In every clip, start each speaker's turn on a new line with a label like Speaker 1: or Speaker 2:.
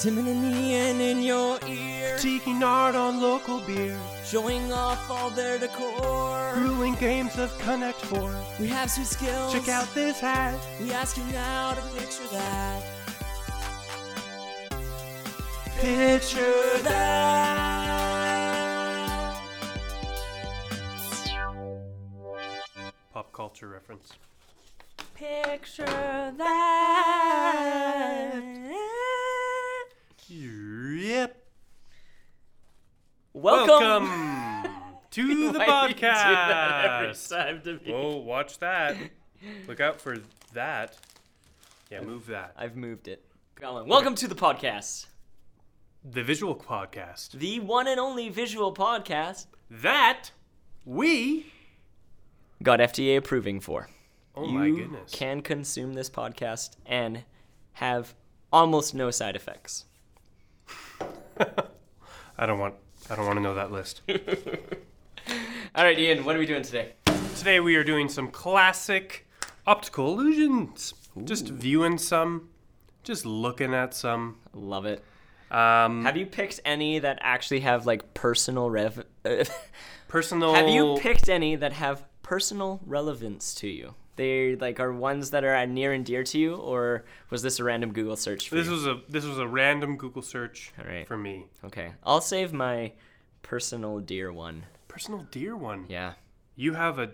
Speaker 1: Timon and Ian in your ear,
Speaker 2: Seeking art on local beer,
Speaker 1: showing off all their decor.
Speaker 2: brewing games of Connect Four.
Speaker 1: We have sweet skills.
Speaker 2: Check out this hat.
Speaker 1: We ask you now to picture that.
Speaker 2: Picture
Speaker 1: that.
Speaker 2: Pop culture reference.
Speaker 1: Picture that.
Speaker 2: Yep.
Speaker 1: Welcome.
Speaker 2: to the
Speaker 3: Why do you do that every
Speaker 2: podcast.
Speaker 3: time to me?
Speaker 2: Whoa, Oh, watch that. Look out for that. Yeah, move that.
Speaker 3: I've moved it. Colin, welcome to the podcast,
Speaker 2: The visual podcast.
Speaker 3: the one and only visual podcast.
Speaker 2: That we.
Speaker 3: Got FDA approving for.
Speaker 2: Oh
Speaker 3: you
Speaker 2: my goodness.
Speaker 3: can consume this podcast and have almost no side effects.
Speaker 2: I don't want. I don't want to know that list.
Speaker 3: All right, Ian, what are we doing today?
Speaker 2: Today we are doing some classic optical illusions. Just viewing some, just looking at some.
Speaker 3: Love it.
Speaker 2: Um,
Speaker 3: Have you picked any that actually have like personal rev?
Speaker 2: personal.
Speaker 3: Have you picked any that have personal relevance to you? They like are ones that are near and dear to you, or was this a random Google search? For
Speaker 2: This
Speaker 3: you?
Speaker 2: was a this was a random Google search
Speaker 3: All right.
Speaker 2: for me.
Speaker 3: okay. I'll save my personal dear one.
Speaker 2: Personal deer one.
Speaker 3: Yeah,
Speaker 2: You have a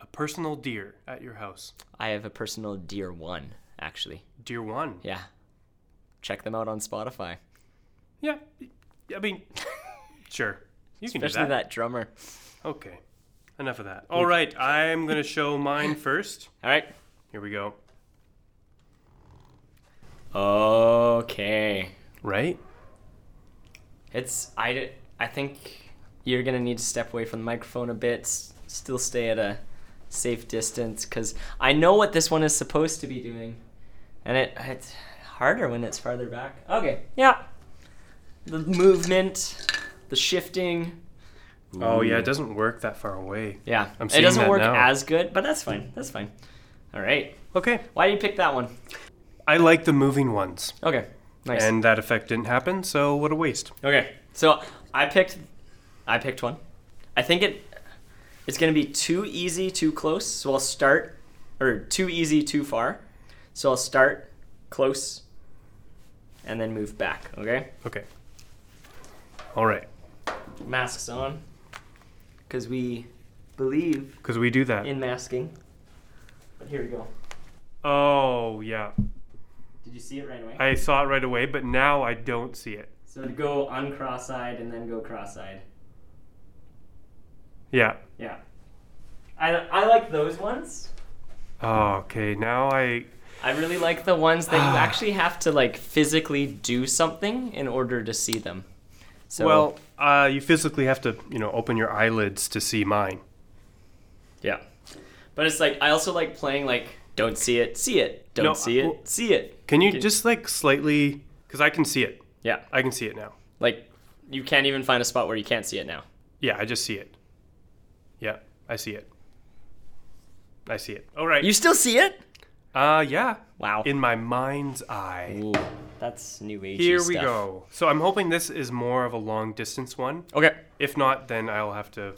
Speaker 2: a personal deer at your house.
Speaker 3: I have a personal dear one actually.
Speaker 2: Deer one.
Speaker 3: Yeah, check them out on Spotify,
Speaker 2: Yeah. I mean, sure. You can
Speaker 3: especially
Speaker 2: do
Speaker 3: that drummer.
Speaker 2: Okay. Enough of that. All right, I'm gonna show mine first.
Speaker 3: All right.
Speaker 2: Here we go.
Speaker 3: Okay.
Speaker 2: Right.
Speaker 3: It's I, d- I think you're gonna need to step away from the microphone a bit. s- Still stay at a safe distance because I know what this one is supposed to be doing, and it it's harder when it's farther back. Okay, yeah. The movement, the shifting.
Speaker 2: Oh yeah, it doesn't work that far away.
Speaker 3: Yeah,
Speaker 2: I'm
Speaker 3: it
Speaker 2: seeing
Speaker 3: doesn't
Speaker 2: that
Speaker 3: work
Speaker 2: now.
Speaker 3: as good, but that's fine. That's fine. All right.
Speaker 2: Okay.
Speaker 3: Why do you pick that one?
Speaker 2: I like the moving ones.
Speaker 3: Okay. Nice.
Speaker 2: And that effect didn't happen, so what a waste.
Speaker 3: Okay, so I picked, I picked one. I think it, it's gonna be too easy, too close. So I'll start, or too easy, too far. So I'll start close, and then move back. Okay.
Speaker 2: Okay. All right.
Speaker 3: Masks on, because we believe
Speaker 2: Because we do that.
Speaker 3: in masking. But here we go.
Speaker 2: oh, yeah.
Speaker 3: Did you see it right away?
Speaker 2: I saw it right away, but now I don't see it.
Speaker 3: so to go uncross-eyed and then go cross-eyed.
Speaker 2: Yeah.
Speaker 3: Yeah. I I like those ones.
Speaker 2: Oh, okay. Now I.
Speaker 3: I really like the ones that
Speaker 2: Ah.
Speaker 3: you actually have to like physically do something in order to see them. So
Speaker 2: Well, uh, you physically have to, you know, open your eyelids to see mine.
Speaker 3: yeah. But it's like I also like playing like don't see it, see it, don't
Speaker 2: No,
Speaker 3: see it,
Speaker 2: well-
Speaker 3: see it.
Speaker 2: Can you just, like, slightly. Because I can see it.
Speaker 3: Yeah.
Speaker 2: I can see it now.
Speaker 3: Like you can't even find a spot where you can't see it now.
Speaker 2: Yeah, I just see it. Yeah, I see it. I see it. All right.
Speaker 3: You still see it?
Speaker 2: uh, yeah.
Speaker 3: Wow.
Speaker 2: In my mind's eye.
Speaker 3: Ooh, that's new agey
Speaker 2: Here we
Speaker 3: stuff.
Speaker 2: go. So I'm hoping this is more of a long distance one.
Speaker 3: Okay.
Speaker 2: If not, then I'll have to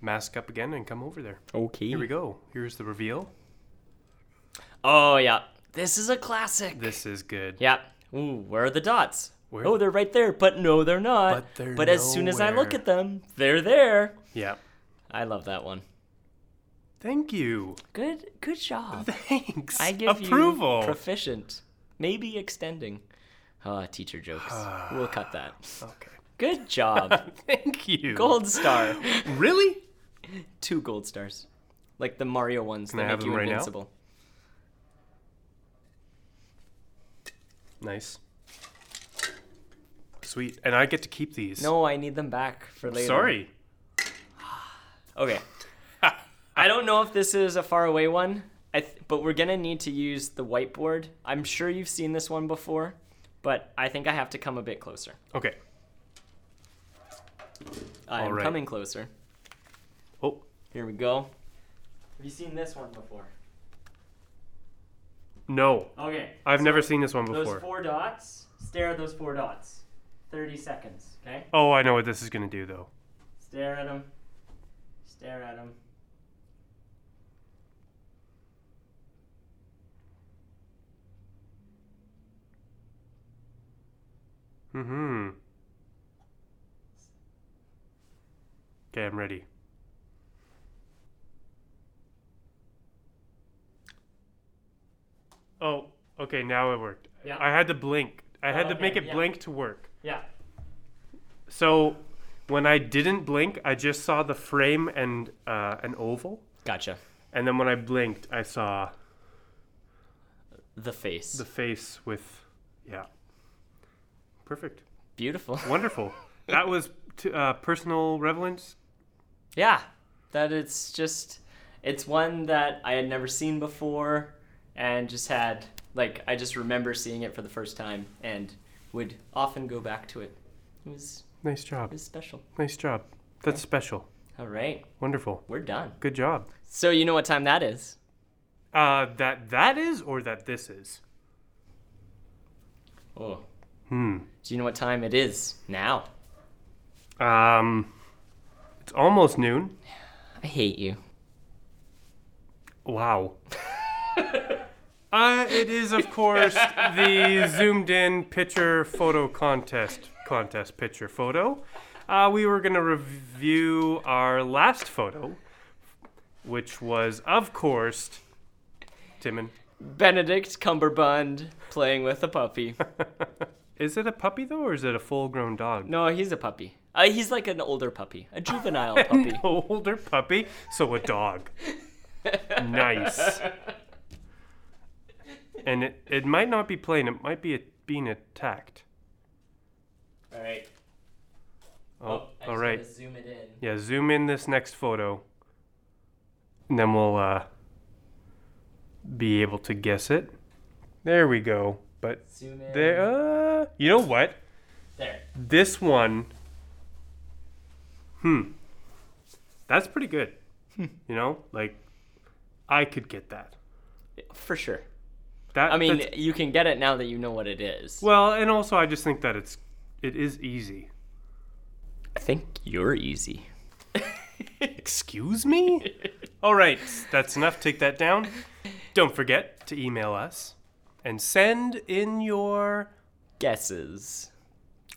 Speaker 2: mask up again and come over there.
Speaker 3: Okay.
Speaker 2: Here we go. Here's the reveal.
Speaker 3: Oh yeah. This is a classic.
Speaker 2: This is good.
Speaker 3: Yeah. Ooh, where are the dots?
Speaker 2: Where-
Speaker 3: Oh, they're right there, but no, they're not.
Speaker 2: But they're
Speaker 3: but as soon as I look
Speaker 2: nowhere.
Speaker 3: at them, they're there.
Speaker 2: Yeah.
Speaker 3: I love that one.
Speaker 2: Thank you.
Speaker 3: Good, good job.
Speaker 2: Thanks.
Speaker 3: I give
Speaker 2: approval.
Speaker 3: you proficient, maybe extending. Ah, teacher jokes. we'll cut that.
Speaker 2: okay.
Speaker 3: Good job.
Speaker 2: Thank you.
Speaker 3: Gold star.
Speaker 2: Really?
Speaker 3: Two gold stars, like the Mario ones
Speaker 2: I
Speaker 3: that
Speaker 2: have
Speaker 3: make you
Speaker 2: them right now?
Speaker 3: invincible.
Speaker 2: Nice. Sweet. And I get to keep these.
Speaker 3: No, I need them back for later.
Speaker 2: Sorry.
Speaker 3: Okay. I don't know if this is a far away one, I th- but we're gonna need to use the whiteboard. I'm sure you've seen this one before, but I think I have to come a bit closer.
Speaker 2: Okay.
Speaker 3: I'm
Speaker 2: right.
Speaker 3: coming closer.
Speaker 2: Oh.
Speaker 3: Here we go. Have you seen this one before?
Speaker 2: No.
Speaker 3: Okay.
Speaker 2: I've never seen this one
Speaker 3: Those
Speaker 2: before.
Speaker 3: four dots Stare at those four dots. 30 seconds, okay?
Speaker 2: Oh, I know what this is going to do, though.
Speaker 3: Stare at them. Stare at them.
Speaker 2: Mm-hmm. Okay, I'm ready. Oh, okay, now it worked.
Speaker 3: Yeah.
Speaker 2: I had to blink. I had
Speaker 3: Oh,
Speaker 2: to
Speaker 3: okay,
Speaker 2: make it
Speaker 3: yeah.
Speaker 2: blink to work.
Speaker 3: Yeah.
Speaker 2: So when I didn't blink, I just saw the frame and uh, an oval.
Speaker 3: Gotcha.
Speaker 2: And then when I blinked, I saw
Speaker 3: The face.
Speaker 2: the face with, yeah. Perfect.
Speaker 3: Beautiful.
Speaker 2: Wonderful. that was t- uh, personal relevance.
Speaker 3: Yeah, that it's just it's one that I had never seen before and just had like I just remember seeing it for the first time and would often go back to it. It was
Speaker 2: Nice
Speaker 3: it
Speaker 2: job.
Speaker 3: was special.
Speaker 2: Nice job. That's special.
Speaker 3: All right,
Speaker 2: Wonderful.
Speaker 3: we're done.
Speaker 2: Good job.
Speaker 3: So you know what time that is?
Speaker 2: Uh, that that is or that this is.
Speaker 3: Oh,
Speaker 2: Hmm.
Speaker 3: do you know what time it is now?
Speaker 2: Um, it's almost noon.
Speaker 3: I hate you.
Speaker 2: Wow. uh, it is, of course, the zoomed in picture photo contest. Contest picture photo. Uh, we were going to review our last photo, which was, of course, Timon.
Speaker 3: Benedict Cumberbund playing with a puppy.
Speaker 2: Is it a puppy, though, or is it a full grown dog?
Speaker 3: No, he's a puppy. Uh, he's like an older puppy, a juvenile puppy.
Speaker 2: An older puppy, so a dog. nice. And it, it might not be playing, it might be a, being attacked.
Speaker 3: All right.
Speaker 2: Oh, all right.
Speaker 3: Zoom it in.
Speaker 2: Yeah, zoom in this next photo. And then we'll uh, be able to guess it. There we go. But
Speaker 3: Zoom in.
Speaker 2: there, uh, you know what?
Speaker 3: There.
Speaker 2: This one, hmm, that's pretty good.
Speaker 3: Hmm.
Speaker 2: you know, like I could get that.
Speaker 3: For sure.
Speaker 2: That
Speaker 3: I mean,
Speaker 2: that's-
Speaker 3: you can get it now that you know what it is.
Speaker 2: well, and also I just think that it's it is easy.
Speaker 3: I think you're easy.
Speaker 2: Excuse me? All right, that's enough. Take that down. Don't forget to email us and send in your
Speaker 3: Guesses,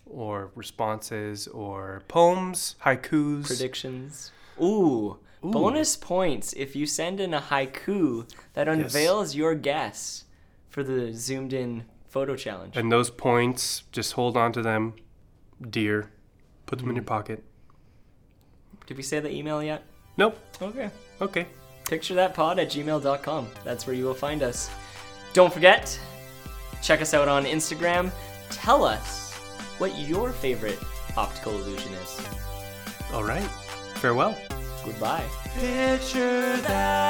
Speaker 2: or responses or poems, haikus.
Speaker 3: predictions. Ooh, bonus points if you send in a haiku that unveils your guess for the zoomed in photo challenge.
Speaker 2: and those points, just hold on to them, dear. Put them in
Speaker 3: Hmm.
Speaker 2: your pocket.
Speaker 3: Did we say the email yet?
Speaker 2: Nope.
Speaker 3: Okay.
Speaker 2: Okay.
Speaker 3: Picture that pod at gmail.com. That's where you will find us. Don't forget, check us out on Instagram. Tell us what your favorite optical illusion is.
Speaker 2: All right. Farewell.
Speaker 3: Goodbye.
Speaker 1: Picture that.